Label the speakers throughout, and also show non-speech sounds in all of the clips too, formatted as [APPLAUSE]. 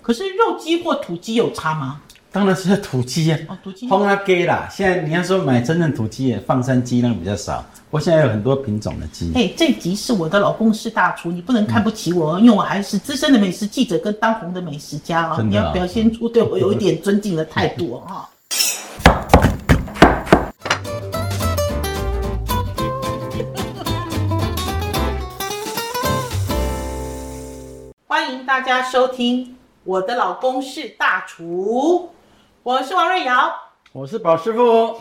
Speaker 1: 可是肉鸡或土鸡有差吗？
Speaker 2: 当然是土鸡呀、
Speaker 1: 哦，土鸡
Speaker 2: 烘啊鸡啦。现在你要说买真正土鸡，放山鸡那个比较少。我现在有很多品种的鸡，
Speaker 1: 哎、这集是我的老公是大厨，你不能看不起我，哦，因为我还是资深的美食记者跟当红的美食家哦，
Speaker 2: 真的啊
Speaker 1: 你要表现出 [LAUGHS] 对我有一点尊敬的态度哦。哈 [LAUGHS]
Speaker 2: 嗯
Speaker 1: 欢迎大家收听《我的老公是大厨》，我是王瑞瑶。
Speaker 2: 我是宝师傅。 [LAUGHS]
Speaker 1: [LAUGHS]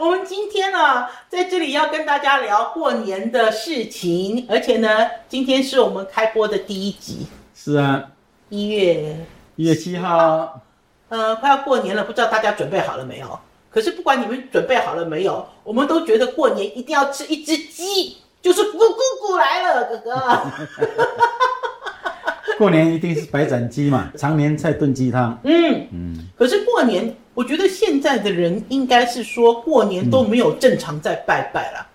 Speaker 1: 我们今天呢，在这里要跟大家聊过年的事情，而且呢，今天是我们开播的第一集，
Speaker 2: 是啊，
Speaker 1: 一月，
Speaker 2: 一月七号，
Speaker 1: 呃，快要过年了，不知道大家准备好了没有？可是不管你们准备好了没有，我们都觉得过年一定要吃一只鸡，就是咕咕咕来了，哥哥。
Speaker 2: 过年一定是白斩鸡嘛，常年菜炖鸡汤。
Speaker 1: 嗯，
Speaker 2: 嗯，
Speaker 1: 可是过年，我觉得现在的人应该是说过年都没有正常在拜拜了，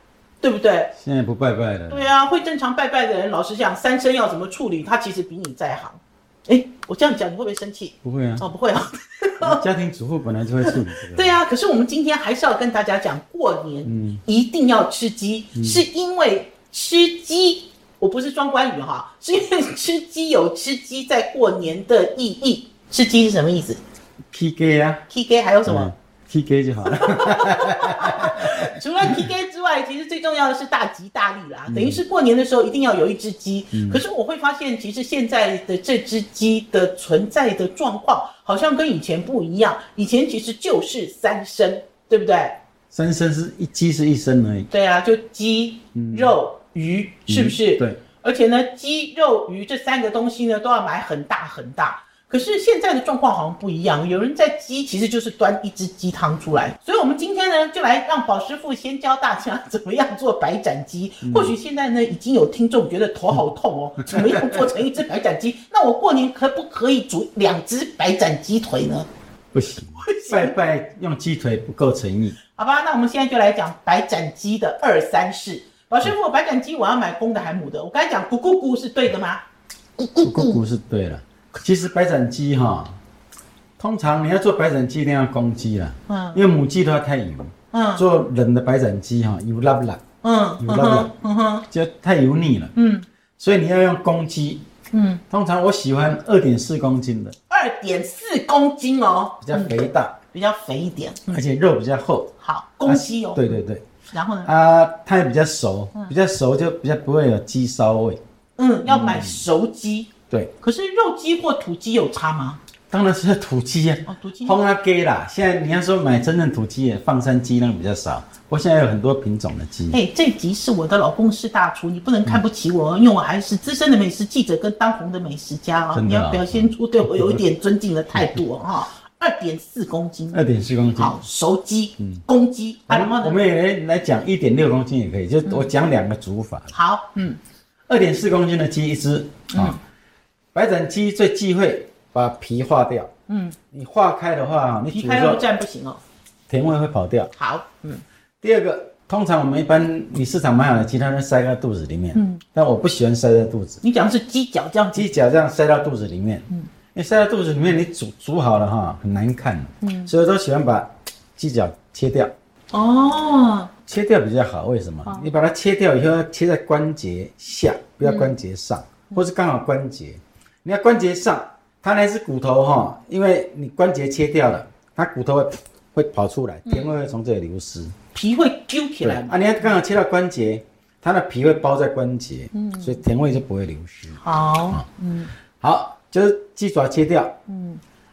Speaker 1: 对不对？
Speaker 2: 现在不拜拜了。
Speaker 1: 对啊，会正常拜拜的人，老实讲，三生要怎么处理，他其实比你在行。哎，我这样讲你会不会生气？
Speaker 2: 不会啊，
Speaker 1: 哦，不会啊。
Speaker 2: 家庭主妇本来就会处理这个。
Speaker 1: 对啊，可是我们今天还是要跟大家讲，过年
Speaker 2: 嗯，
Speaker 1: 一定要吃鸡，是因为吃鸡，我不是双关语哈，是因为吃鸡有吃鸡在过年的意义。吃鸡是什么意思
Speaker 2: P K 啊，
Speaker 1: ？K K 还有什么？
Speaker 2: P K 就好了。 [LAUGHS]
Speaker 1: 除了 PK 之外，其实最重要的是大吉大利
Speaker 2: 嗯
Speaker 1: 啦。等于是过年的时候一定要有一只鸡。可是我会发现，其实现在的这只鸡的存在的状况，好像跟以前不一样。以前其实就是三生，对不对？
Speaker 2: 三生是一鸡是一生而已，
Speaker 1: 对啊，就鸡、肉、鱼，是不是？
Speaker 2: 嗯对。
Speaker 1: 而且呢，鸡、肉、鱼这三个东西呢，都要买很大很大。可是现在的状况好像不一样，有人在鸡其实就是端一只鸡汤出来，所以我们今天呢，就来让宝师傅先教大家怎么样做白斩鸡。或许现在呢，已经有听众觉得头好痛哦，怎么样做成一只白斩鸡？那我过年可不可以煮两只白斩鸡腿呢？
Speaker 2: 不行。拜拜用鸡腿不够诚意，
Speaker 1: 好吧，那我们现在就来讲白斩鸡的二三事。老师傅，白斩鸡我要买公的还母的？我刚才讲咕咕咕是对的吗？
Speaker 2: 不过不是对了。其实白斩鸡哈，通常你要做白斩鸡一定要公鸡啦，
Speaker 1: 嗯
Speaker 2: 因为母鸡的话太油。
Speaker 1: 嗯
Speaker 2: 做冷的白斩鸡哈，油辣辣，
Speaker 1: 嗯
Speaker 2: 有
Speaker 1: 嗯
Speaker 2: 辣辣
Speaker 1: 哼嗯哼
Speaker 2: 就太油腻了，
Speaker 1: 嗯
Speaker 2: 所以你要用公鸡。
Speaker 1: 嗯，
Speaker 2: 通常我喜欢二点四公斤的，
Speaker 1: 二点四公斤哦，
Speaker 2: 比较肥大，
Speaker 1: 比较肥一点。
Speaker 2: 而且肉比较厚。
Speaker 1: 好，嗯公鸡哦。嗯
Speaker 2: 啊对对对，
Speaker 1: 然后呢？
Speaker 2: 啊，它也比较熟，比较熟就比较不会有鸡骚味。
Speaker 1: 嗯，要买熟鸡。
Speaker 2: 对，
Speaker 1: 可是肉鸡或土鸡有差吗？
Speaker 2: 当然是土鸡啊。
Speaker 1: 哦，土鸡。
Speaker 2: 烘啊鸡啦，现在你要说买真正土鸡，放山鸡那个比较少。我现在有很多品种的鸡，
Speaker 1: 哎、这集是我的老公是大厨，你不能看不起我，哦，因为我还是资深的美食记者跟当红的美食家哦，
Speaker 2: 真
Speaker 1: 你
Speaker 2: 的啊
Speaker 1: 要表现出对我有一点尊敬的态度哦，哈，二点四公斤，
Speaker 2: 二点四公斤。
Speaker 1: 好，熟鸡，公鸡，
Speaker 2: 我
Speaker 1: 啊，嗯然
Speaker 2: 们我
Speaker 1: 后呢？
Speaker 2: 们也来来讲一点六公斤也可以，就我讲两个煮法。
Speaker 1: 好，嗯，
Speaker 2: 二点四公斤的鸡一只啊、白斩鸡最忌讳把皮化掉。
Speaker 1: 嗯，
Speaker 2: 你化开的话，你
Speaker 1: 皮
Speaker 2: 煮
Speaker 1: 开
Speaker 2: 的时
Speaker 1: 肉
Speaker 2: 候
Speaker 1: 绽不行哦。
Speaker 2: 甜味会跑掉。
Speaker 1: 好，嗯，
Speaker 2: 第二个，通常我们一般你市场买好的鸡，它都塞到肚子里面。嗯，但我不喜欢塞在肚子，
Speaker 1: 你讲的是鸡脚这样子，
Speaker 2: 鸡脚这样塞到肚子里面。嗯，你塞到肚子里面，你煮煮好了哈，很难看。嗯，所以我都喜欢把鸡脚切掉，
Speaker 1: 哦，
Speaker 2: 切掉比较好。嗯为什么？你把它切掉以后，要切在关节下，不要关节上，或是刚好关节。你要关节上，它那是骨头哈，因为你关节切掉了，它骨头会会跑出来，甜味会从这里流失。
Speaker 1: 皮会揪起
Speaker 2: 对
Speaker 1: 来嘛。
Speaker 2: 啊，你要刚好切到关节，它的皮会包在关节，所以甜味就不会流失。
Speaker 1: 好，嗯
Speaker 2: 好，就是鸡爪切掉，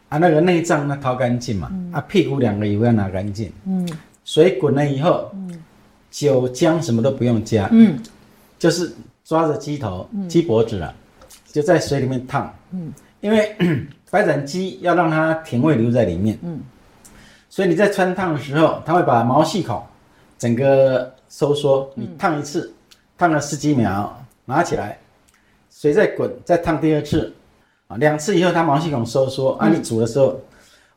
Speaker 2: 啊，那个内脏呢掏干净嘛，啊，屁股两个也要拿干净，
Speaker 1: 嗯
Speaker 2: 水滚了以后，酒浆什么都不用加，
Speaker 1: 嗯，
Speaker 2: 就是抓着鸡头、鸡脖子了，就在水里面烫，因为 [COUGHS] 白斩鸡要让它甜味留在里面，所以你在穿烫的时候，它会把毛细孔整个收缩，你烫一次，烫了十几秒，拿起来，水再滚，再烫第二次，啊，两次以后它毛细孔收缩，啊，你煮的时候，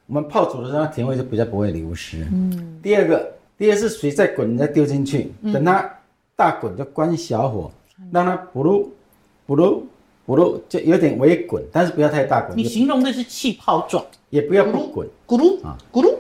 Speaker 2: 我们泡煮的时候，它甜味就比较不会流失。嗯，第二个，第二次水再滚，你再丢进去，等它大滚就关小火，让它咕噜咕噜我都就有点微滚，但是不要太大滚
Speaker 1: 你，形容的是气泡状，
Speaker 2: 也不要不滚，
Speaker 1: 咕噜
Speaker 2: 啊
Speaker 1: 咕噜，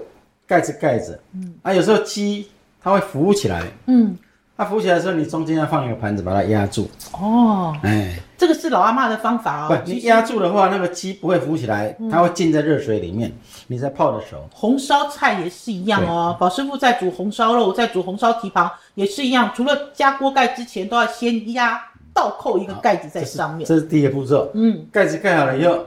Speaker 2: 盖子盖着。啊，有时候鸡它会浮起来，
Speaker 1: 嗯，
Speaker 2: 它浮起来的时候，你中间要放一个盘子把它压住。
Speaker 1: 哦，
Speaker 2: 哎，
Speaker 1: 这个是老阿妈的方法
Speaker 2: 不
Speaker 1: 哦，，
Speaker 2: 你
Speaker 1: 你嗯
Speaker 2: 压住的话，那个鸡不会浮起来，它会浸在热水里面，你才泡的熟。
Speaker 1: 红烧菜也是一样哦，宝师傅在煮红烧肉，在煮红烧蹄膀也是一样，除了加锅盖之前都要先压倒扣一个盖子在
Speaker 2: 这是
Speaker 1: 上面。
Speaker 2: 这是第一个步骤。
Speaker 1: 嗯，
Speaker 2: 盖子盖好了以后，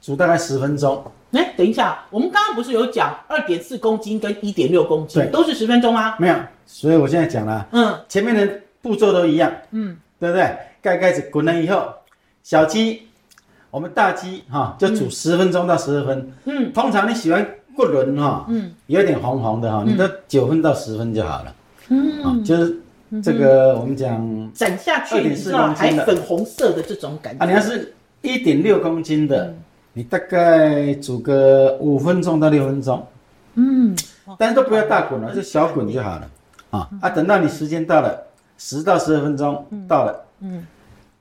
Speaker 2: 煮大概十分钟。
Speaker 1: 哎，等一下，我们刚刚不是有讲二点四公斤跟一点六公斤
Speaker 2: 对
Speaker 1: 都是十分钟吗？
Speaker 2: 没有，所以我现在讲了，
Speaker 1: 嗯
Speaker 2: 前面的步骤都一样，
Speaker 1: 嗯，
Speaker 2: 对不对？盖盖子滚了以后，小鸡，我们大鸡哈、就煮十分钟到十二分。
Speaker 1: 嗯，
Speaker 2: 通常你喜欢棍轮哈，
Speaker 1: 嗯，
Speaker 2: 有点红红的哈、你都九分到十分就好了。
Speaker 1: 嗯，
Speaker 2: 啊，就是这个我们讲
Speaker 1: 斩下去你知道
Speaker 2: 2.4公
Speaker 1: 还
Speaker 2: 斤的
Speaker 1: 粉红色的这种感
Speaker 2: 啊，
Speaker 1: 觉。
Speaker 2: 你要是一点六公斤的，
Speaker 1: 嗯
Speaker 2: 你大概煮个五分钟到六分钟，
Speaker 1: 嗯，
Speaker 2: 但是都不要大滚了，就小滚就好了。啊啊，等到你时间到了，十到十二分钟到了，
Speaker 1: 嗯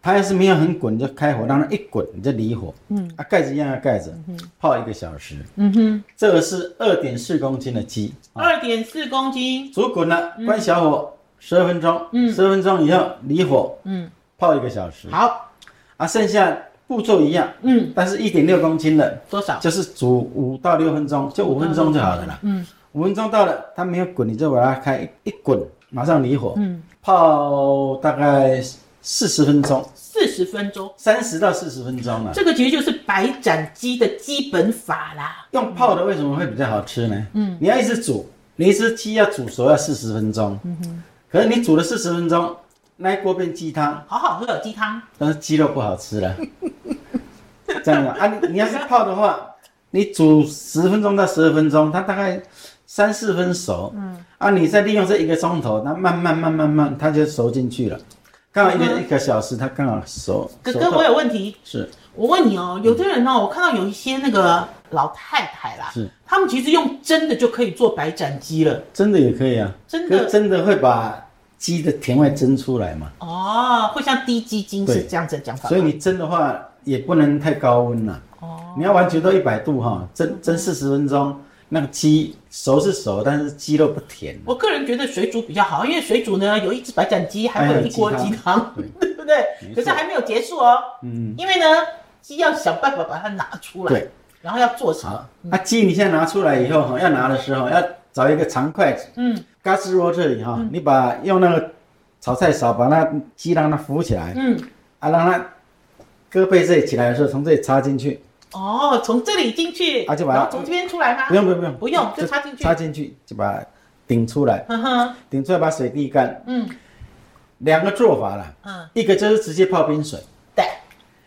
Speaker 2: 它要是没有很滚，就开火，让它一滚你就离火。
Speaker 1: 嗯
Speaker 2: 啊，盖子一样要盖着，泡一个小时。
Speaker 1: 嗯哼，
Speaker 2: 这个是二点四公斤的鸡，啊，
Speaker 1: 二点四公斤，
Speaker 2: 煮滚了，关小火十二分钟，
Speaker 1: 嗯
Speaker 2: 十二分钟以后离火，
Speaker 1: 嗯，
Speaker 2: 泡一个小时。
Speaker 1: 好，
Speaker 2: 啊，剩下步骤一样，
Speaker 1: 嗯，
Speaker 2: 但是一点六公斤的，
Speaker 1: 多少？
Speaker 2: 就是煮五到六分钟，就五分钟就好了啦。
Speaker 1: 嗯
Speaker 2: 五分钟到了，它没有滚，你就把它开一滚，马上离火，
Speaker 1: 嗯，
Speaker 2: 泡大概四十分钟，
Speaker 1: 四十分钟，
Speaker 2: 三十到四十分钟了。
Speaker 1: 这个其实就是白斩鸡的基本法啦。
Speaker 2: 用泡的为什么会比较好吃呢？
Speaker 1: 嗯
Speaker 2: 嗯，你要一直煮，你一只鸡要煮熟要四十分钟。嗯可是你煮了四十分钟，那一锅变鸡汤，
Speaker 1: 好好喝有鸡汤，
Speaker 2: 但是鸡肉不好吃了。 [LAUGHS] 这样啊，啊你你要是泡的话，你煮十分钟到十二分钟，它大概三四分熟。嗯，啊，你再利用这一个钟头，它慢慢慢慢慢，它就熟进去了。刚好一个、
Speaker 1: 嗯
Speaker 2: 一个小时，它刚好熟。
Speaker 1: 哥
Speaker 2: 熟
Speaker 1: 哥，
Speaker 2: 透
Speaker 1: 我有问题，
Speaker 2: 是
Speaker 1: 我问你哦，有的人哦，我看到有一些那个老太太啦，
Speaker 2: 是
Speaker 1: 他们其实用蒸的就可以做白斩鸡了。
Speaker 2: 真的也可以啊，
Speaker 1: 真的
Speaker 2: 可是真的会把鸡的甜味蒸出来嘛？
Speaker 1: 哦，会像低鸡精是
Speaker 2: 对
Speaker 1: 这样子的讲法吗，
Speaker 2: 所以你蒸的话也不能太高温了、
Speaker 1: 哦，
Speaker 2: 你要完全到一百度哈、蒸蒸四十分钟，那个鸡熟是熟，但是鸡肉不甜。啊
Speaker 1: 我个人觉得水煮比较好，因为水煮呢有一只白斩鸡，还会有一锅鸡汤，
Speaker 2: 对
Speaker 1: [LAUGHS] 对不对？
Speaker 2: 没错
Speaker 1: 可是还没有结束哦，
Speaker 2: 嗯，
Speaker 1: 因为呢鸡要想办法把它拿出来
Speaker 2: 对，
Speaker 1: 然后要做什么？
Speaker 2: 好，啊那、鸡你现在拿出来以后哈、要拿的时候要找一个长筷子，
Speaker 1: 嗯
Speaker 2: 嘎吱窝这里哈、你把用那个炒菜勺把那鸡让它浮起来，
Speaker 1: 嗯，
Speaker 2: 啊，让它胳膊这里起来的时候从这里插进去，
Speaker 1: 哦，从这里进去，
Speaker 2: 啊就把它
Speaker 1: 然后从这边出来吗？
Speaker 2: 不用不用不用，
Speaker 1: 不用就插进去
Speaker 2: 插进去就把它顶出来，
Speaker 1: 哼嗯哼，
Speaker 2: 顶出来把水沥干，
Speaker 1: 嗯
Speaker 2: 两个做法啦，
Speaker 1: 嗯，
Speaker 2: 一个就是直接泡冰水。
Speaker 1: 对，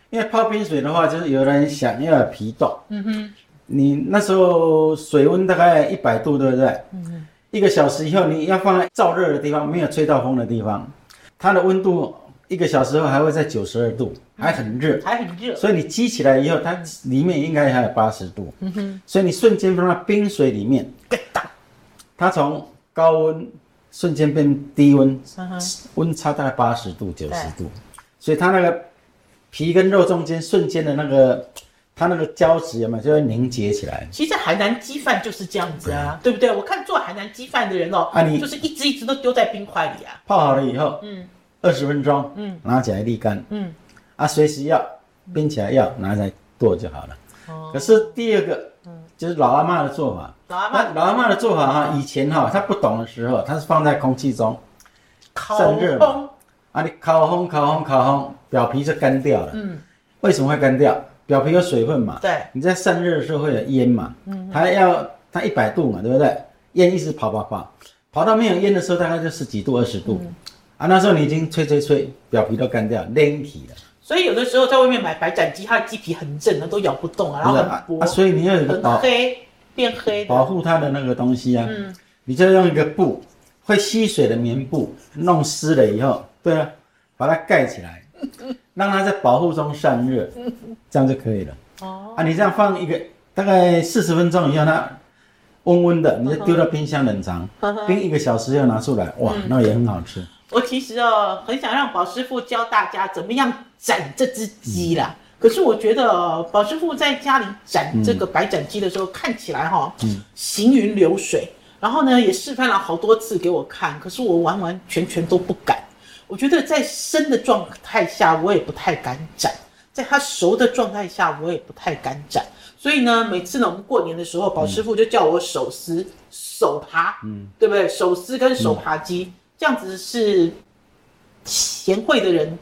Speaker 2: 因为泡冰水的话，就是有人想要有皮冻，
Speaker 1: 嗯哼，
Speaker 2: 你那时候水温大概一百度，对不对？
Speaker 1: 嗯
Speaker 2: 一个小时以后，你要放在燥热的地方，没有吹到风的地方，它的温度一个小时后还会在九十二度，还很热
Speaker 1: 哼，。还很热，
Speaker 2: 所以你激起来以后，它里面应该还有八十度，
Speaker 1: 嗯哼，
Speaker 2: 所以你瞬间放到冰水里面，
Speaker 1: 咯哒，
Speaker 2: 它从高温瞬间变低温，
Speaker 1: 嗯哼，
Speaker 2: 温差大概八十度、九十度，所以它那个皮跟肉中间瞬间的那个，它那个胶质有没有就会凝结起来？
Speaker 1: 其实海南鸡饭就是这样子啊，对不对？我看做海南鸡饭的人哦，
Speaker 2: 啊你
Speaker 1: 就是一只一只都丢在冰块里啊，
Speaker 2: 泡好了以后，
Speaker 1: 嗯
Speaker 2: 二十分钟，
Speaker 1: 嗯
Speaker 2: 拿起来沥干，
Speaker 1: 嗯，
Speaker 2: 啊，随时要冰起来要拿起来剁就好了。
Speaker 1: 哦嗯
Speaker 2: 可是第二个，就是老阿妈的做法。
Speaker 1: 老阿妈
Speaker 2: 那老阿妈的做法哈、以前哈、她不懂的时候，她是放在空气中，
Speaker 1: 烤
Speaker 2: 散热嘛
Speaker 1: 烘，
Speaker 2: 啊，你烤烘、烤烘、烤烘，表皮就干掉了。
Speaker 1: 嗯，
Speaker 2: 为什么会干掉？表皮有水分嘛，
Speaker 1: 对，
Speaker 2: 你在散热的时候会有烟嘛，
Speaker 1: 嗯
Speaker 2: 它要它一百度嘛，对不对？烟一直跑跑跑，跑到没有烟的时候大概就十几度、二十度，
Speaker 1: 嗯
Speaker 2: 啊，那时候你已经吹吹吹，表皮都干掉，蔫起了，
Speaker 1: 所以有的时候在外面买白斩鸡，它的鸡皮很正啊，都咬不动啊，然后
Speaker 2: 不是
Speaker 1: 很
Speaker 2: 啊
Speaker 1: 薄，
Speaker 2: 啊所以哦你要有个
Speaker 1: 很
Speaker 2: 保
Speaker 1: 黑，变黑
Speaker 2: 保
Speaker 1: 的，
Speaker 2: 护它的那个东西啊，
Speaker 1: 嗯
Speaker 2: 你就用一个布会吸水的棉布弄湿了以后，对啊，把它盖
Speaker 1: [LAUGHS]
Speaker 2: 起来，让它在保护中散热，这样就可以了。
Speaker 1: 哦，
Speaker 2: 啊，你这样放一个大概四十分钟以后，
Speaker 1: [LAUGHS]
Speaker 2: 它
Speaker 1: 嗯
Speaker 2: 温温的，你就丢到冰箱冷藏，冰一个小时要拿出来，哇，那也很好吃。
Speaker 1: 我其实哦，很想让宝师傅教大家怎么样斩这只鸡
Speaker 2: 嗯
Speaker 1: 啦。可是我觉得哦宝师傅在家里斩这个白斩鸡的时候，看起来哈、哦，
Speaker 2: 嗯
Speaker 1: 行云流水。然后呢，也示范了好多次给我看，可是我完完全全都不敢。我觉得在生的状态下，我也不太敢斩；在它熟的状态下，我也不太敢斩。所以呢，每次呢，我们过年的时候，宝师傅就叫我手撕、手扒，嗯，对不对？手撕跟手扒鸡，这样子是贤惠的人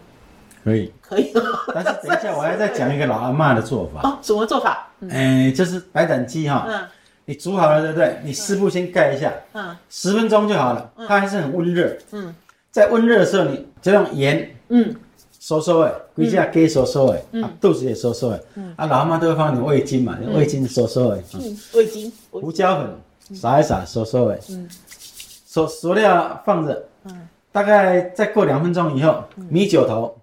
Speaker 1: [LAUGHS]
Speaker 2: 可以。
Speaker 1: 可以吗？
Speaker 2: 但是等一下我还要再讲一个老阿嬷的做法，
Speaker 1: 哦，什么做法？
Speaker 2: 哎、就是白斩鸡哈、
Speaker 1: 嗯
Speaker 2: 你煮好了对不对？你湿布先盖一下，
Speaker 1: 嗯
Speaker 2: 十分钟就好了，它还是很温热。
Speaker 1: 嗯
Speaker 2: 在温热的时候，你就用盐
Speaker 1: 嗯，
Speaker 2: 收收诶，规下给收收诶，啊肚子也收收诶，啊老阿妈都会放点味精嘛，味精收收诶，啊
Speaker 1: 嗯味精，我
Speaker 2: 胡椒粉撒一撒，收收诶，熟熟料放着，大概再过两分钟以后，米酒头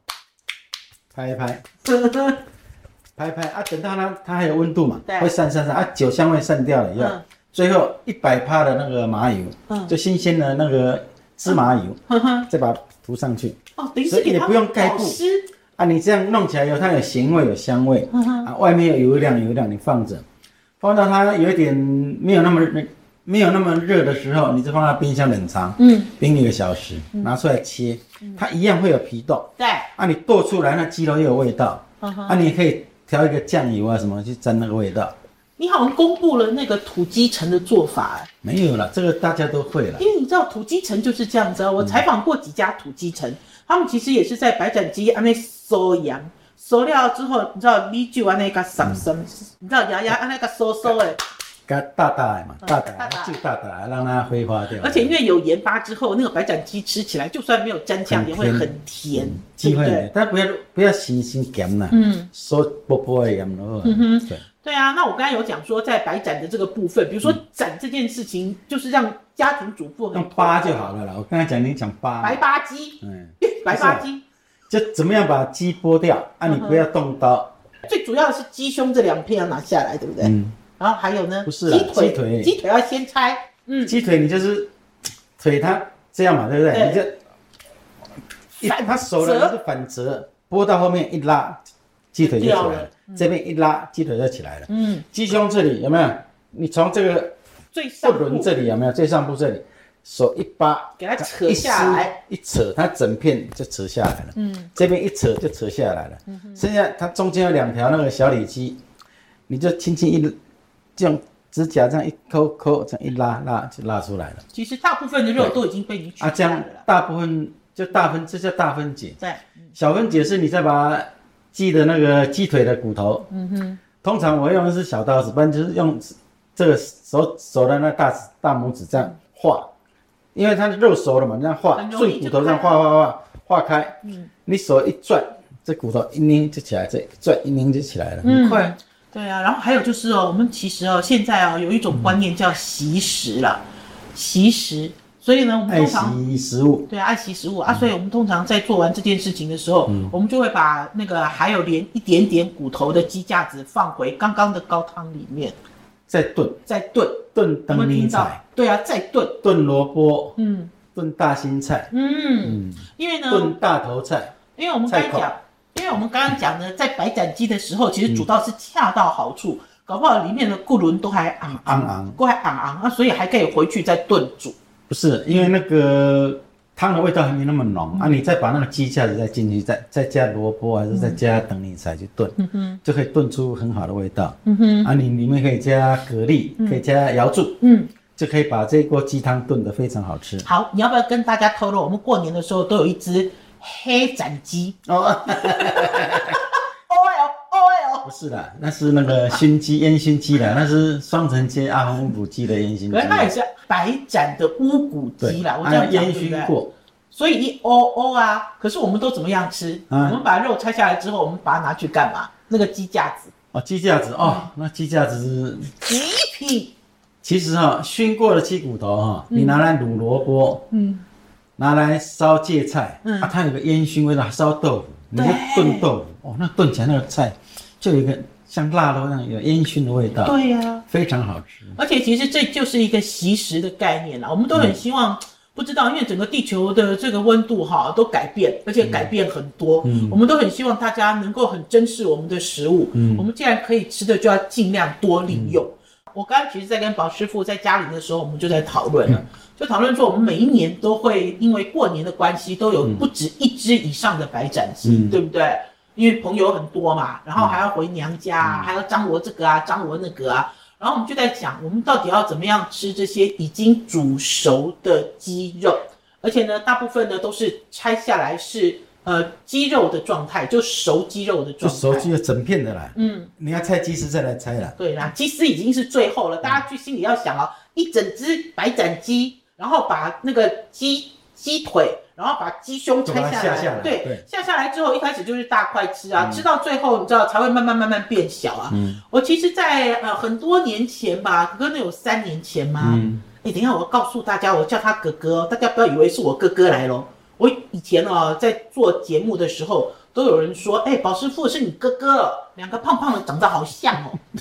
Speaker 2: 拍一拍，
Speaker 1: 嗯
Speaker 2: 拍一拍啊，等到它它还有温度嘛
Speaker 1: 对，
Speaker 2: 会散散散啊，酒香味散掉了以后
Speaker 1: 嗯，
Speaker 2: 最后一百帕的那个麻油，
Speaker 1: 嗯
Speaker 2: 就新鲜的那个芝麻油，
Speaker 1: 呵呵
Speaker 2: 再把它涂上去。
Speaker 1: 嗯哦，等于
Speaker 2: 所
Speaker 1: 是给
Speaker 2: 以你
Speaker 1: 它
Speaker 2: 不用盖
Speaker 1: 保
Speaker 2: 布
Speaker 1: 湿
Speaker 2: 啊，你这样弄起来以后，它有咸味有香味，啊，外面有油亮油亮，你放着，放到它有一点没有那么热没有那么热的时候，你就放到冰箱冷藏，
Speaker 1: 嗯，
Speaker 2: 冰一个小时，拿出来切，它一样会有皮豆，
Speaker 1: 对，
Speaker 2: 啊，你剁出来那鸡肉又有味道，
Speaker 1: 嗯哼
Speaker 2: 啊，你也可以调一个酱油啊什么去沾那个味道，
Speaker 1: 你好像公布了那个土鸡城的做法，哎
Speaker 2: 没有了，这个大家都会了，
Speaker 1: 因为你知道土鸡城就是这样子啊。我采访过几家土鸡城，他们其实也是在白斩鸡安内收羊，收料之后，你知道米酒安那个嗯什什，你知道牙牙安那个收收哎，
Speaker 2: 嗯给它大大的嘛，大大
Speaker 1: 大大
Speaker 2: 的就大大的，让它挥发掉，
Speaker 1: 而且因为有盐巴之后，那个白斩鸡吃起来就算没有沾酱也会很甜，对
Speaker 2: 机
Speaker 1: 不
Speaker 2: 会
Speaker 1: 对
Speaker 2: 呢？，但不要不要心心咸啦，
Speaker 1: 嗯，
Speaker 2: 说薄薄的盐咯，嗯对。
Speaker 1: 对啊，那我刚才有讲说，在白斩的这个部分，比如说斩这件事情，就是让家庭主妇
Speaker 2: 用
Speaker 1: 很
Speaker 2: 扒就好了啦。我刚才讲你讲扒，
Speaker 1: 白扒鸡，
Speaker 2: 嗯，
Speaker 1: 白扒鸡
Speaker 2: 就怎么样把鸡剥掉啊？你不要动刀，
Speaker 1: 最主要的是鸡胸这两片要拿下来，对不对？
Speaker 2: 嗯，
Speaker 1: 然后还有呢，
Speaker 2: 不是啊
Speaker 1: 鸡腿，
Speaker 2: 鸡腿
Speaker 1: 鸡腿要先拆，嗯，
Speaker 2: 鸡腿你就是腿它这样嘛，对不
Speaker 1: 对
Speaker 2: 对？你就一
Speaker 1: 反
Speaker 2: 它熟了
Speaker 1: 折
Speaker 2: 你就反折，剥到后面一拉，鸡腿就起来
Speaker 1: 掉了
Speaker 2: 了，这边一拉鸡腿就起来了。
Speaker 1: 嗯，
Speaker 2: 鸡胸这里有没有？你从这个
Speaker 1: 最
Speaker 2: 后
Speaker 1: 上
Speaker 2: 轮
Speaker 1: 部
Speaker 2: 这里有没有？最上部这里，手一扒，
Speaker 1: 给它扯下来
Speaker 2: 一撕，一扯，它整片就扯下来了。
Speaker 1: 嗯，
Speaker 2: 这边一扯就扯下来了。剩下它中间有两条那个小里脊，你就轻轻一，这样指甲这样一抠抠，这样一拉拉就拉出来了。
Speaker 1: 其实大部分的肉都已经被你取
Speaker 2: 啊，这
Speaker 1: 代
Speaker 2: 样
Speaker 1: 了啦，嗯
Speaker 2: 大部分就大分，这叫大分解。
Speaker 1: 对，
Speaker 2: 小分解是你再把鸡的那个鸡腿的骨头，嗯哼，通常我用的是小刀子，不然就是用这个手手的那大指大拇指这样划，因为它肉熟了嘛，这样划
Speaker 1: 很，容易
Speaker 2: 顺骨头这样划划划划开，嗯，你手一转，这骨头一拧就起来，这一转一拧就起来了，
Speaker 1: 嗯
Speaker 2: 很快。
Speaker 1: 对啊，然后还有就是哦，我们其实哦，现在哦有一种观念叫习食啦，习食，所以呢，我们
Speaker 2: 爱
Speaker 1: 通常
Speaker 2: 惜食物，
Speaker 1: 对啊，爱惜食物啊，所以我们通常在做完这件事情的时候，
Speaker 2: 嗯
Speaker 1: 我们就会把那个还有连一点点骨头的鸡架子放回刚刚的高汤里面，
Speaker 2: 再炖
Speaker 1: 再炖。
Speaker 2: 炖
Speaker 1: 有没
Speaker 2: 灯
Speaker 1: 有
Speaker 2: 米
Speaker 1: 听到
Speaker 2: 菜，？
Speaker 1: 对啊，再炖。
Speaker 2: 炖萝卜，
Speaker 1: 嗯
Speaker 2: 炖大心菜，
Speaker 1: 嗯，因为呢，
Speaker 2: 炖大头菜，
Speaker 1: 因为我们刚才
Speaker 2: 菜
Speaker 1: 讲，因为我们刚刚讲呢，在白斩鸡的时候，其
Speaker 2: 嗯
Speaker 1: 实煮到是恰到好处，搞不好里面的骨轮都还昂
Speaker 2: 昂昂
Speaker 1: 都还昂昂啊，所以还可以回去再炖煮。
Speaker 2: 不是，因为那个汤的味道还没那么浓、
Speaker 1: 嗯
Speaker 2: 啊，你再把那个鸡架子再进去，再再加萝卜还是再加等你才去
Speaker 1: 嗯
Speaker 2: 炖，就可以炖出很好的味道。啊，你里面可以加蛤蜊，可以加瑶柱，
Speaker 1: 嗯，
Speaker 2: 就可以把这锅鸡汤炖得非常好吃。
Speaker 1: 好，你要不要跟大家透露，我们过年的时候都有一只黑斩鸡哦
Speaker 2: 哦，嗯
Speaker 1: ？O L O L。
Speaker 2: 不是啦，那是那个熏鸡烟熏鸡啦，那是双城街阿红补鸡的烟熏鸡
Speaker 1: 可
Speaker 2: 啦。
Speaker 1: 是它也是白斩的乌骨鸡
Speaker 2: 对，
Speaker 1: 啦，我这
Speaker 2: 啊
Speaker 1: 样讲对
Speaker 2: 烟
Speaker 1: 不
Speaker 2: 熏
Speaker 1: 对？
Speaker 2: 过，
Speaker 1: 所以一哦哦啊，可是我们都怎么样吃？
Speaker 2: 嗯
Speaker 1: 我们把肉拆下来之后，我们把它拿去干嘛？那个鸡架子，
Speaker 2: 哦，鸡架子哦，那鸡架子是
Speaker 1: 极品。
Speaker 2: 其实哈、熏过的鸡骨头哈、
Speaker 1: 嗯
Speaker 2: 你拿来卤萝卜，嗯，拿来烧芥菜，
Speaker 1: 嗯
Speaker 2: 啊，它有个烟熏味道，烧豆腐，你就炖豆腐，哦，那炖起来那个菜就有一个像腊肉那样有烟熏的味道，
Speaker 1: 对呀、啊
Speaker 2: 非常好吃。
Speaker 1: 而且其实这就是一个习食的概念啦，我们都很希望。不知道，因为整个地球的这个温度哈都改变，而且改变很多。我们都很希望大家能够很珍视我们的食物。我们既然可以吃的，就要尽量多利用。我刚刚其实，在跟宝师傅在家里的时候，我们就在讨论了，就讨论说我们每一年都会因为过年的关系，都有不止一只以上的白斩鸡，
Speaker 2: 嗯
Speaker 1: 对不对？因为朋友很多嘛，然后还要回娘家
Speaker 2: 嗯
Speaker 1: 啊，还要张罗这个啊，张罗那个啊。然后我们就在想，我们到底要怎么样吃这些已经煮熟的鸡肉？而且呢，大部分呢都是拆下来是呃鸡肉的状态，就熟鸡肉的
Speaker 2: 就
Speaker 1: 状态。
Speaker 2: 熟鸡就整片的啦。
Speaker 1: 嗯，
Speaker 2: 你要拆鸡丝再来啊拆啦。
Speaker 1: 对啦，鸡丝已经是最后了，
Speaker 2: 嗯
Speaker 1: 大家去心里要想哦，一整只白斩鸡，然后把那个鸡鸡腿，然后把鸡胸拆下来，
Speaker 2: 就把它下下来
Speaker 1: 对，
Speaker 2: 对嗯
Speaker 1: 下下来之后，一开始就是大块吃啊，吃到最后你知道才会慢慢慢慢变小啊。我其实在，呃很多年前吧，可能有三年前嘛。
Speaker 2: 嗯
Speaker 1: 哎、等一下，我告诉大家，我叫他哥哥哦，大家不要以为是我哥哥来喽。我以前哦，在做节目的时候，都有人说，哎、宝师傅是你哥哥哦，两个胖胖的长得好像哦。 [LAUGHS]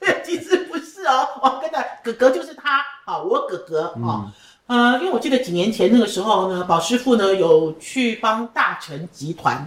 Speaker 1: 对，其实不是哦，我跟他哥哥就是他啊，我哥哥啊。呃，因为我记得几年前那个时候呢，宝师傅呢有去帮大成集团，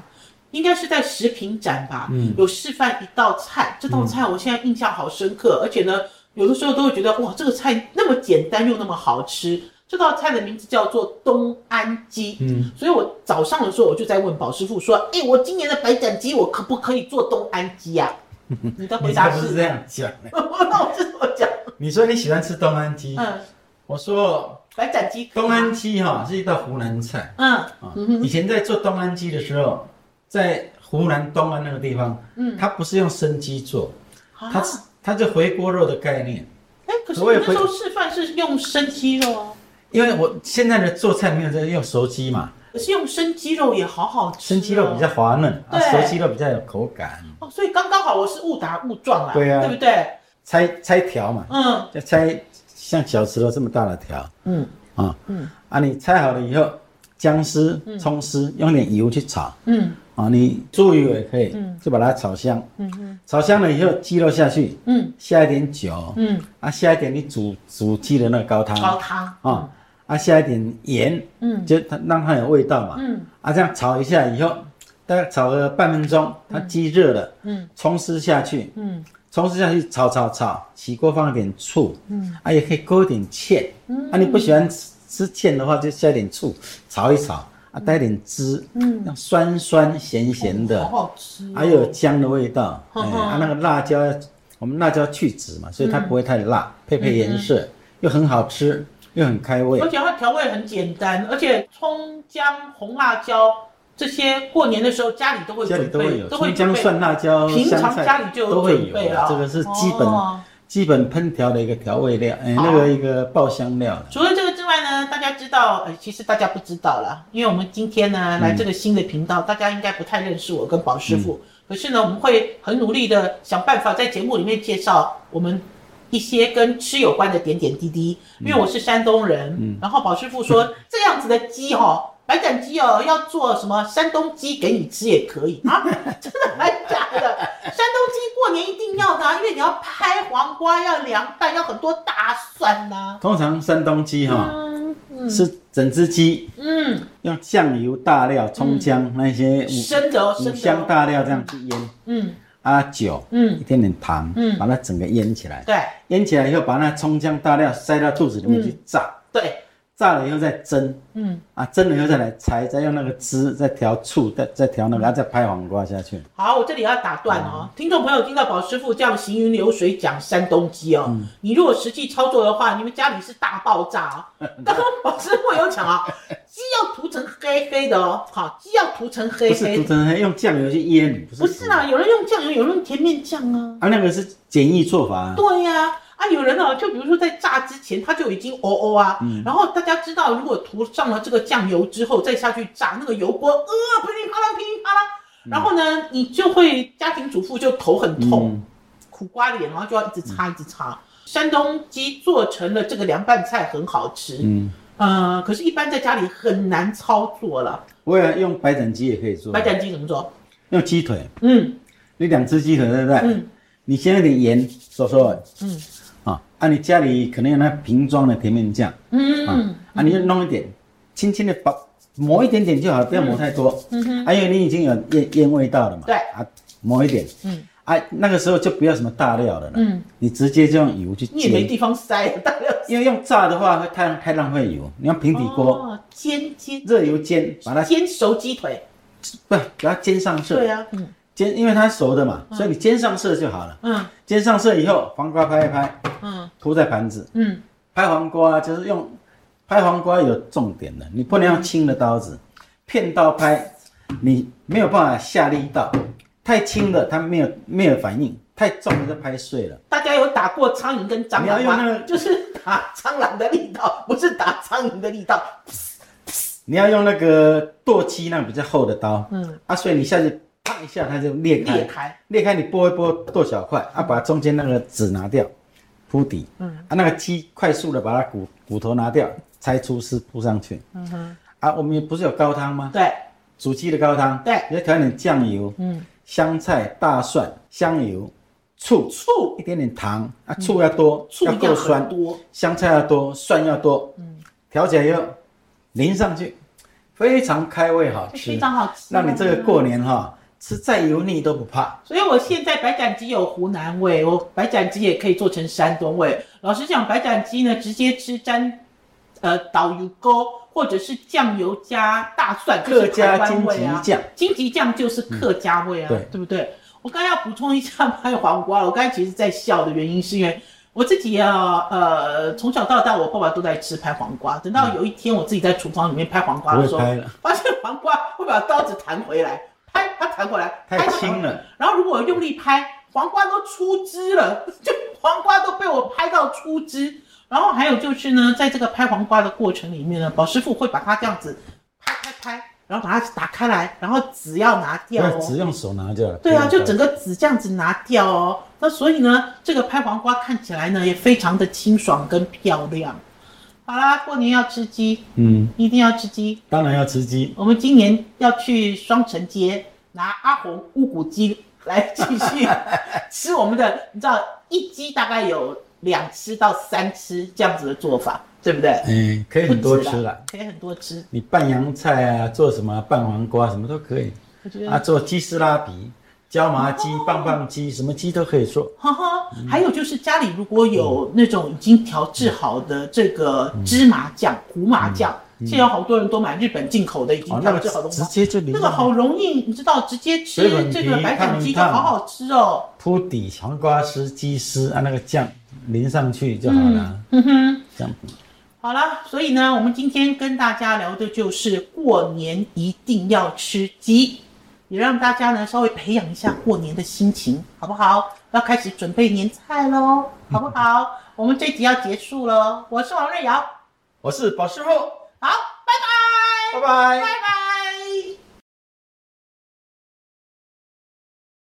Speaker 1: 应该是在食品展吧，
Speaker 2: 嗯
Speaker 1: 有示范一道菜，这道菜我现在印象好深刻，而且呢，有的时候都会觉得哇，这个菜那么简单又那么好吃。这道菜的名字叫做东安鸡，
Speaker 2: 嗯，
Speaker 1: 所以我早上的时候我就在问宝师傅说，哎，我今年的白斩鸡我可不可以做东安鸡呀、 [LAUGHS] 你的回
Speaker 2: 你
Speaker 1: 答
Speaker 2: 才不是这样讲呢。
Speaker 1: 那我是怎么讲？
Speaker 2: 你说你喜欢吃东安鸡，
Speaker 1: [LAUGHS] 嗯，
Speaker 2: 我说
Speaker 1: 白斩鸡。啊
Speaker 2: 东安。鸡哈、是一道湖南菜
Speaker 1: 嗯
Speaker 2: 啊。以前在做东安鸡的时候，在湖南东安那个地方，
Speaker 1: 嗯。
Speaker 2: 它不是用生鸡做，
Speaker 1: 啊
Speaker 2: 它是它就回锅肉的概念。
Speaker 1: 哎，可是
Speaker 2: 所谓
Speaker 1: 你那
Speaker 2: 回
Speaker 1: 时候示范是用生鸡肉啊，
Speaker 2: 因为我现在的做菜没有在用熟鸡嘛，
Speaker 1: 可是用生鸡肉也好好吃、哦。
Speaker 2: 生鸡肉比较滑嫩，啊，
Speaker 1: 对
Speaker 2: 熟鸡肉比较有口感。
Speaker 1: 哦，所以刚刚好我是误打误撞啦，
Speaker 2: 对啊
Speaker 1: 对不对？
Speaker 2: 拆拆条嘛，
Speaker 1: 嗯
Speaker 2: 就拆像小石头这么大的条
Speaker 1: 嗯
Speaker 2: 啊
Speaker 1: 嗯
Speaker 2: 啊！你拆好了以后，姜丝、葱丝，用点油去炒
Speaker 1: 嗯
Speaker 2: 啊。你猪油也可以，就把它炒香。
Speaker 1: 嗯
Speaker 2: 炒香了以后，鸡肉下去，
Speaker 1: 嗯
Speaker 2: 下一点酒，
Speaker 1: 嗯，
Speaker 2: 啊，下一点你煮煮鸡的那个高汤
Speaker 1: 高汤，
Speaker 2: 啊，啊，下一点盐，
Speaker 1: 嗯
Speaker 2: 就它让它有味道嘛。
Speaker 1: 嗯
Speaker 2: 啊，这样炒一下以后，大概炒个半分钟，它鸡热了，
Speaker 1: 嗯
Speaker 2: 葱丝下去，
Speaker 1: 嗯
Speaker 2: 葱丝下去炒炒炒，起锅放一点醋，
Speaker 1: 嗯
Speaker 2: 啊，也可以勾一点芡，啊，你不喜欢吃吃芡的话，就加一点醋炒一炒，啊，带点汁，
Speaker 1: 嗯，
Speaker 2: 那酸酸咸咸的，
Speaker 1: 好好吃、哦，
Speaker 2: 还有姜的味道，哎，
Speaker 1: 嗯嗯
Speaker 2: 啊，那个辣椒，我们辣椒去籽嘛，所以它不会太辣，配
Speaker 1: 嗯
Speaker 2: 配颜色又很好吃，又很开胃
Speaker 1: 而，且它调味很简单，而且葱姜红辣椒这些过年的时候家里都会
Speaker 2: 家里
Speaker 1: 准
Speaker 2: 都会
Speaker 1: 备，
Speaker 2: 有
Speaker 1: 都会
Speaker 2: 葱姜
Speaker 1: 准备
Speaker 2: 蒜辣椒，
Speaker 1: 平
Speaker 2: 香
Speaker 1: 常
Speaker 2: 菜
Speaker 1: 家里就有
Speaker 2: 都会
Speaker 1: 准
Speaker 2: 有啊
Speaker 1: 备了啊
Speaker 2: 的，，这个是基本
Speaker 1: 哦
Speaker 2: 基本烹调的一个调味料，哎，那个一个爆香料了。
Speaker 1: 除了这个之外呢，大家知道，呃，其实大家不知道啦，因为我们今天呢来这个新的频道，大家应该不太认识我跟宝师傅。可是呢，我们会很努力的想办法在节目里面介绍我们一些跟吃有关的点点滴滴。因为我是山东人，然后宝师傅说、这样子的鸡哦，白斩鸡哦，要做什么山东鸡给你吃也可以啊，真的蛮假的。山东鸡过年一定要的、啊，因为你要拍黄瓜，要凉拌，要很多大蒜啊呐、
Speaker 2: 通常山东鸡哈
Speaker 1: 嗯
Speaker 2: 是整只鸡，
Speaker 1: 嗯，
Speaker 2: 用酱油、大料、葱姜那些五
Speaker 1: 生的哦，生的
Speaker 2: 五
Speaker 1: 哦
Speaker 2: 香，大料这样去腌，
Speaker 1: 嗯
Speaker 2: 啊酒，一
Speaker 1: 嗯，
Speaker 2: 点点糖，
Speaker 1: 嗯
Speaker 2: 把它整个腌起来，
Speaker 1: 对
Speaker 2: 腌起来以后把那葱姜大料塞到肚子里面
Speaker 1: 嗯
Speaker 2: 去炸，
Speaker 1: 对，
Speaker 2: 炸了以后再蒸，
Speaker 1: 嗯，
Speaker 2: 啊蒸了以后再来拆，再用那个汁再调醋，再再调那
Speaker 1: 嗯
Speaker 2: 个，啊再拍黄瓜下去。
Speaker 1: 好，我这里要打断哦，听众朋友听到宝师傅这样行云流水讲山东鸡哦，你如果实际操作的话，你们家里是大爆炸哦。刚刚宝师傅有讲啊，鸡要涂成黑黑的哦，好，鸡要涂成黑
Speaker 2: 不是
Speaker 1: 黑
Speaker 2: 涂
Speaker 1: 的，
Speaker 2: 成黑，用酱油去腌，不是
Speaker 1: 不是
Speaker 2: 啊，
Speaker 1: 啦，有人用酱油，有人用甜面酱啊，
Speaker 2: 啊那个是简易做法啊，
Speaker 1: 对呀、啊。有人哦，就比如说在炸之前，他就已经哦哦啊，
Speaker 2: 嗯
Speaker 1: 然后大家知道，如果涂上了这个酱油之后，再下去炸，那个油锅呃噼里啪啦噼里啪啦，
Speaker 2: 嗯
Speaker 1: 然后呢，你就会家庭主妇就头很痛，
Speaker 2: 嗯
Speaker 1: 苦瓜脸，然后就要一直擦一直擦。山东鸡做成了这个凉拌菜很好吃，
Speaker 2: 嗯，
Speaker 1: 呃，可是，一般在家里很难操作了。
Speaker 2: 我也用白斩鸡也可以做，啊
Speaker 1: 白斩鸡怎么做？
Speaker 2: 用鸡腿，
Speaker 1: 嗯
Speaker 2: 你两只鸡腿对不对？
Speaker 1: 嗯
Speaker 2: 你先用点盐，说说
Speaker 1: 嗯
Speaker 2: 啊，啊你家里可能有那瓶装的甜面酱，
Speaker 1: 嗯
Speaker 2: 啊，啊你就弄一点，轻轻的把磨一点点就好了，不要磨太多。嗯哼，啊，因为你已经有烟烟味道了嘛。
Speaker 1: 对
Speaker 2: 啊，磨一点。嗯，啊，那个时候就不要什么大料了啦。嗯，你直接就用油去
Speaker 1: 你也没
Speaker 2: 煎，
Speaker 1: 地方塞，大料
Speaker 2: 因为用炸的话会太太浪费油。你用平底锅
Speaker 1: 哦，煎煎
Speaker 2: 热油煎，把它
Speaker 1: 煎熟鸡腿，
Speaker 2: 不把它煎上色。
Speaker 1: 对啊，嗯
Speaker 2: 煎，因为它熟的嘛，所以你煎上色就好了。
Speaker 1: 嗯
Speaker 2: 煎上色以后，黄瓜拍一拍，
Speaker 1: 嗯
Speaker 2: 铺在盘子。
Speaker 1: 嗯，
Speaker 2: 拍黄瓜就是用拍黄瓜有重点的，你不能用轻的刀子，片刀拍，你没有办法下力道，太轻的它没有没有反应，太重的就拍碎了。
Speaker 1: 大家有打过苍蝇跟蟑螂
Speaker 2: 你要用那
Speaker 1: 吗？
Speaker 2: 个
Speaker 1: 就是
Speaker 2: 啊
Speaker 1: 打蟑螂的力道， [LAUGHS] 不是打苍蝇的力道。
Speaker 2: 你要用那个剁鸡那种比较厚的刀，
Speaker 1: 嗯，
Speaker 2: 啊，所以你下去啪一下它就裂开，
Speaker 1: 裂开，
Speaker 2: 裂开你剥一剥剁小块，啊，把中间那个籽拿掉，铺底，嗯，啊，那个鸡快速的把它骨骨头拿掉，拆出丝铺上去，嗯哼，啊，我们不是有高汤吗？
Speaker 1: 对，
Speaker 2: 煮鸡的高汤，
Speaker 1: 对
Speaker 2: 你再调一点酱油，嗯，香菜、大蒜、香油、醋，
Speaker 1: 醋
Speaker 2: 一点点糖啊，醋要多，
Speaker 1: 醋
Speaker 2: 要
Speaker 1: 一定要
Speaker 2: 够
Speaker 1: 很
Speaker 2: 酸，
Speaker 1: 多，
Speaker 2: 香菜要多，蒜要多，嗯，调起来以后淋上去，非常开胃好吃
Speaker 1: 哎非，常好吃。啊嗯
Speaker 2: 让你这个过年哈、吃再油腻都不怕。
Speaker 1: 所以我现在白斩鸡有湖南味，我白斩鸡也可以做成山东味。老实讲，白斩鸡呢，直接吃沾，呃，导游勾或者是酱油加大蒜，就是
Speaker 2: 客家
Speaker 1: 台湾
Speaker 2: 金桔
Speaker 1: 味啊。
Speaker 2: 酱，
Speaker 1: 荆棘酱就是客家味啊，
Speaker 2: 嗯对
Speaker 1: 不对？我刚才要补充一下拍黄瓜，我刚才其实在笑的原因是因为我自己啊，呃，从小到大我爸爸都在吃拍黄瓜，等到有一天我自己在厨房里面拍黄瓜的时候
Speaker 2: 不会拍了，
Speaker 1: 发现黄瓜会把刀子弹回来，拍它弹回来，拍
Speaker 2: 太
Speaker 1: 它弹回来
Speaker 2: 轻了，
Speaker 1: 然后如果我用力拍，黄瓜都出汁了， [LAUGHS] 就黄瓜都被我拍到出汁。然后还有就是呢，在这个拍黄瓜的过程里面呢，宝师傅会把它这样子拍拍拍，然后把它打开来，然后籽要拿
Speaker 2: 不
Speaker 1: 掉
Speaker 2: 要
Speaker 1: 哦。
Speaker 2: 只用手拿就好了。
Speaker 1: 对啊，
Speaker 2: 不
Speaker 1: 就
Speaker 2: 用
Speaker 1: 整个籽这样子拿掉哦。那所以呢，这个拍黄瓜看起来呢也非常的清爽跟漂亮。好啦，过年要吃鸡，
Speaker 2: 嗯，
Speaker 1: 一定要吃鸡。
Speaker 2: 当然要吃鸡，
Speaker 1: 我们今年要去双城街拿阿红乌骨鸡来继续吃我们的，你知道一鸡大概有两吃到三吃这样子的做法，对不对？
Speaker 2: 嗯，可以很多吃了
Speaker 1: 了，。啊可以很多吃。
Speaker 2: 你拌洋菜啊，做什么拌黄瓜什么都可以
Speaker 1: 我觉
Speaker 2: 啊，
Speaker 1: 得，
Speaker 2: 做鸡丝拉皮、椒麻鸡、棒棒鸡，什么鸡都可以做。
Speaker 1: 哈哈，还有就是家里如果有那种已经调制好的这个芝麻酱、胡麻酱，现在有好多人都买日本进口的已经
Speaker 2: 嗯哦，那
Speaker 1: 调制好的
Speaker 2: 个
Speaker 1: 胡
Speaker 2: 直
Speaker 1: 麻，
Speaker 2: 接就淋
Speaker 1: 那个好容易，你知道，直接吃
Speaker 2: 水粉
Speaker 1: 这个
Speaker 2: 皮
Speaker 1: 白
Speaker 2: 烫
Speaker 1: 斩
Speaker 2: 一
Speaker 1: 鸡就
Speaker 2: 烫
Speaker 1: 好好吃哦。
Speaker 2: 铺底黄瓜丝、鸡丝啊，那个酱淋上去就好了。
Speaker 1: 嗯哼。
Speaker 2: 这样
Speaker 1: 好了，所以呢，我们今天跟大家聊的就是过年一定要吃鸡，也让大家呢稍微培养一下过年的心情，好不好？要开始准备年菜喽，好不好？我们这集要结束喽，我是王瑞瑶，
Speaker 2: 我是宝师傅，
Speaker 1: 好，拜拜，
Speaker 2: 拜拜
Speaker 1: 拜。拜。